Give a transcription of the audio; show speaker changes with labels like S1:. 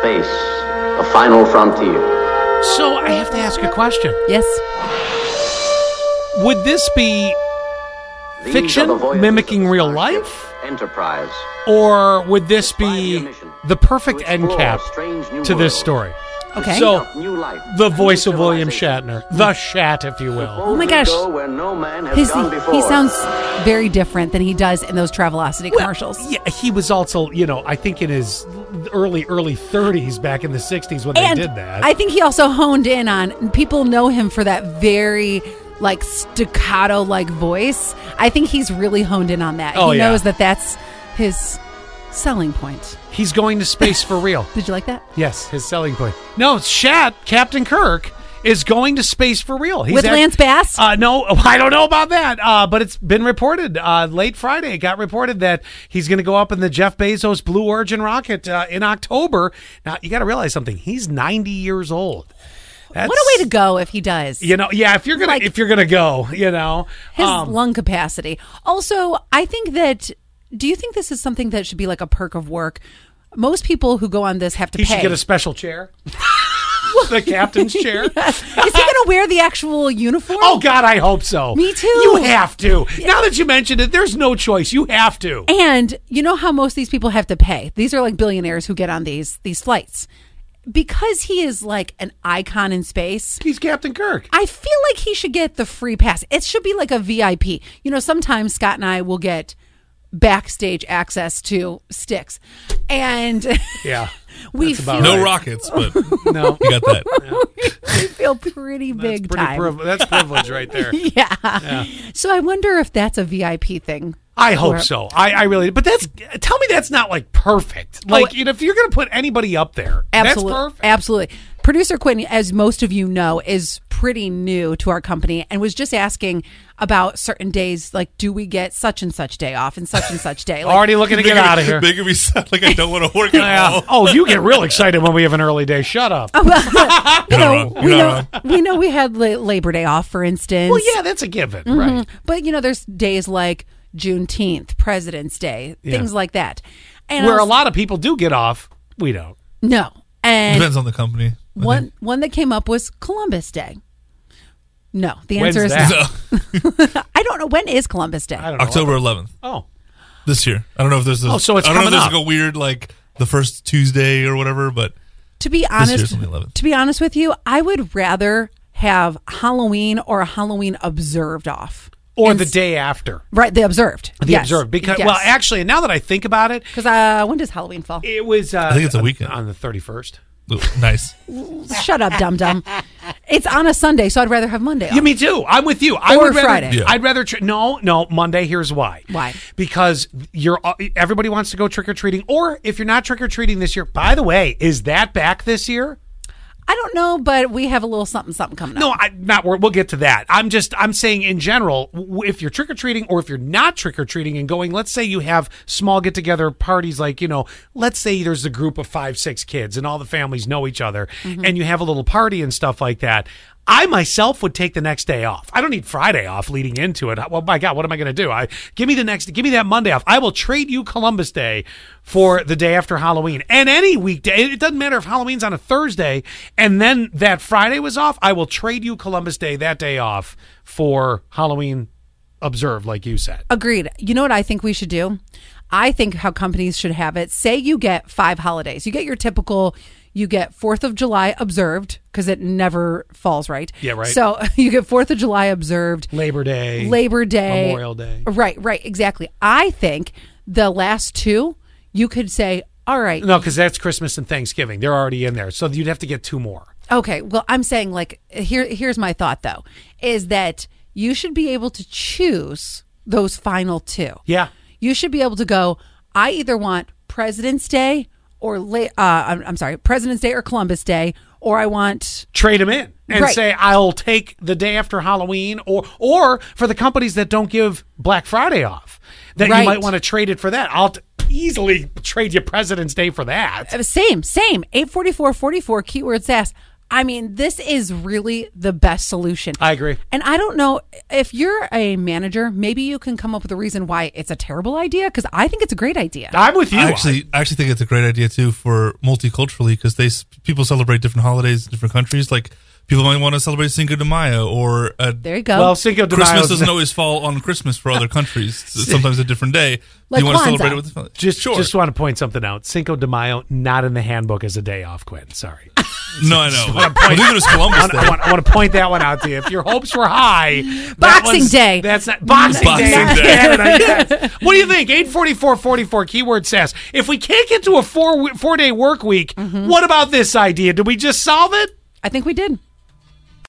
S1: Space, the final frontier.
S2: So I have to ask a question.
S3: Yes.
S2: Would this be
S1: These
S2: Fiction
S1: are the voyages
S2: mimicking
S1: of the
S2: real
S1: Starship
S2: life?
S1: Enterprise.
S2: or would this
S1: Five-year
S2: be
S1: mission
S2: the perfect
S1: to
S2: end
S1: explore
S2: cap
S1: strange new
S2: to this
S1: worlds.
S2: story?
S3: Okay.
S2: So-
S1: Up new life,
S2: The
S1: new
S2: voice of William
S1: civilization.
S2: Shatner, the Shat, if you will.
S3: Oh my gosh.
S1: Go where no man has
S3: His,
S1: gone before.
S3: he sounds very different than he does in those Travelocity commercials.
S2: Yeah, he was also, you know, I think in his early early 30s, back in the 60s when
S3: and
S2: they did that.
S3: I think he also honed in on people know him for that very like staccato like voice. I think he's really honed in on that.
S2: Oh,
S3: he
S2: yeah.
S3: knows that that's his selling point.
S2: He's going to space for real.
S3: Did you like that?
S2: Yes, his selling point. No, Shat, Captain Kirk, is going to space for real. He's
S3: With Lance Bass?
S2: Uh, no, I don't know about that. Uh, but it's been reported uh, late Friday. It got reported that he's going to go up in the Jeff Bezos Blue Origin rocket uh, in October. Now you got to realize something. He's ninety years old. That's,
S3: What a way to go if he does.
S2: You know, yeah. If you're gonna
S3: Like-
S2: if you're gonna go, you know,
S3: His
S2: um,
S3: lung capacity. Also, I think that do you think this is something that should be like a perk of work? Most people who go on this have to
S2: he
S3: pay.
S2: should get a special chair, the captain's chair.
S3: is he going to wear the actual uniform?
S2: Oh God, I hope so.
S3: Me too.
S2: You have to. Now that you mentioned it, there's no choice. You have to.
S3: And you know how most of these people have to pay. These are like billionaires who get on these these flights. Because he is like an icon in space,
S2: He's Captain Kirk.
S3: I feel like he should get the free pass. It should be like a VIP. You know, sometimes Scott and I will get backstage access to sticks. And
S2: Yeah.
S3: we
S2: That's about
S3: feel,
S2: right.
S4: No rockets, but you
S2: No.
S4: got that.
S3: we feel pretty
S2: That's
S3: big
S2: pretty
S3: time.
S2: priv- that's privilege right there.
S3: yeah. So I wonder if that's a VIP thing.
S2: I hope
S3: Or-
S2: so. I, I really. But that's. Tell me that's not like
S3: Oh,
S2: perfect. Like you know, if you're going to put anybody up there,
S3: Absolutely.
S2: that's perfect.
S3: Absolutely. Producer Quinn, as most of you know, is pretty new to our company and was just asking about certain days, like, do we get such and such day off and such and such day? Like,
S2: Already looking to get
S4: Making-
S2: out of here.
S4: Making me sound like I don't want to work at
S2: Yeah.
S4: all.
S2: Oh, you get real excited when we have an early day. Shut up.
S3: Oh, you
S4: not
S3: know,
S4: wrong. You're
S3: we, know
S4: not
S3: we know we had la- Labor Day off, for instance.
S2: Well, yeah, that's a given,
S3: Mm-hmm.
S2: right?
S3: But, you know, there's days like Juneteenth, President's Day, things like that. And I
S2: Where a
S3: was-
S2: lot of people do get off, we don't.
S3: No. And
S4: Depends on the company. I
S3: one, one that came up was Columbus Day. No, the
S2: When's
S3: answer is
S2: that?
S4: think.
S3: I don't know. When is Columbus Day?
S2: I don't know.
S4: October 11th
S2: Oh,
S4: this year. I don't know if there's a,
S2: Oh, so it's
S4: I don't know if
S2: coming
S4: there's
S2: up.
S4: like a weird like the first Tuesday or whatever, but
S3: to be
S4: year's
S3: honest,
S4: on the 11th.
S3: to be honest with you, I would rather have Halloween or a Halloween observed off.
S2: or the day after.
S3: Right, the observed.
S2: The observed because well, actually, now that I think about it,
S3: because uh, when does Halloween fall?
S2: it was. Uh, I
S4: think it's a weekend.
S2: on the thirty first.
S4: ooh, nice.
S3: Shut up, dum dum. It's on a Sunday, so I'd rather have Monday.
S2: Yeah,
S3: off.
S2: me too. I'm with you. I
S3: Or
S2: would rather,
S3: Friday.
S4: Yeah.
S2: I'd rather tr- no, no Monday. Here's why.
S3: Why?
S2: Because you're uh, everybody wants to go trick or treating, or if you're not trick or treating this year. By the way, is that back this year?
S3: I don't know, but we have a little something something coming up.
S2: No, I, not. We're, we'll get to that. I'm just. I'm saying in general, w- if you're trick or treating, or if you're not trick or treating and going, let's say you have small get together parties, like you know, let's say there's a group of five, six kids, and all the families know each other, and you have a little party and stuff like that. I myself would take the next day off. I don't need Friday off leading into it. Well, my God, what am I going to do? I give me the next, give me that Monday off. I will trade you Columbus Day for the day after Halloween and any weekday. It doesn't matter if Halloween's on a Thursday and then that Friday was off. I will trade you Columbus Day that day off for Halloween observed, like you said.
S3: Agreed. You know what I think we should do? I think how companies should have it. Say you get five holidays. You get your typical, you get 4th of July observed because it never falls right.
S2: Yeah, right.
S3: So you get 4th of July observed.
S2: Labor Day,
S3: Labor Day,
S2: Memorial Day.
S3: Right, right, exactly. I think the last two, you could say, all right,
S2: No, because that's Christmas and Thanksgiving. They're already in there, so you'd have to get two more.
S3: okay. Well, I'm saying like here. Here's my thought though, is that you should be able to choose those final two.
S2: Yeah.
S3: you should be able to go. I either want President's Day or la- uh, I'm, I'm sorry, President's Day or Columbus Day, or I want
S2: trade them in and
S3: Right.
S2: say I'll take the day after Halloween or or for the companies that don't give Black Friday off that
S3: Right.
S2: you might want to trade it for that. I'll t- easily trade you President's Day for that.
S3: Uh, same, same. Eight forty four forty four keyword sass. I mean, this is really the best solution.
S2: I agree.
S3: And I don't know if you're a manager, maybe you can come up with a reason why it's a terrible idea because I think it's a great idea.
S2: I'm with you.
S4: I actually, I actually think it's a great idea too for multiculturally because they s- people celebrate different holidays in different countries. Like people might want to celebrate Cinco de Mayo or uh,
S3: There you go.
S2: well, Cinco de Mayo.
S4: Christmas doesn't always fall on Christmas for other countries. It's sometimes a different day.
S3: Like
S4: you want
S3: Kwanzaa.
S4: to celebrate it with the family.
S2: just,
S4: sure.
S2: just want to point something out. Cinco de Mayo not in the handbook as a day off, Quinn. Sorry.
S4: no, I know. I believe it was
S2: I
S4: Columbus
S2: want, I
S4: Day.
S2: want- I want to point that one out to you. If your hopes were high, that
S3: Boxing
S2: one's-
S3: Day.
S2: That's not Boxing,
S4: Boxing
S2: Day.
S4: Day.
S2: Damn it, I guess. What do you think? Eight forty four forty four keyword says. If we can't
S3: Mm-hmm.
S2: get to a four four day work week, what about this idea? Did we just solve it?
S3: I think we did.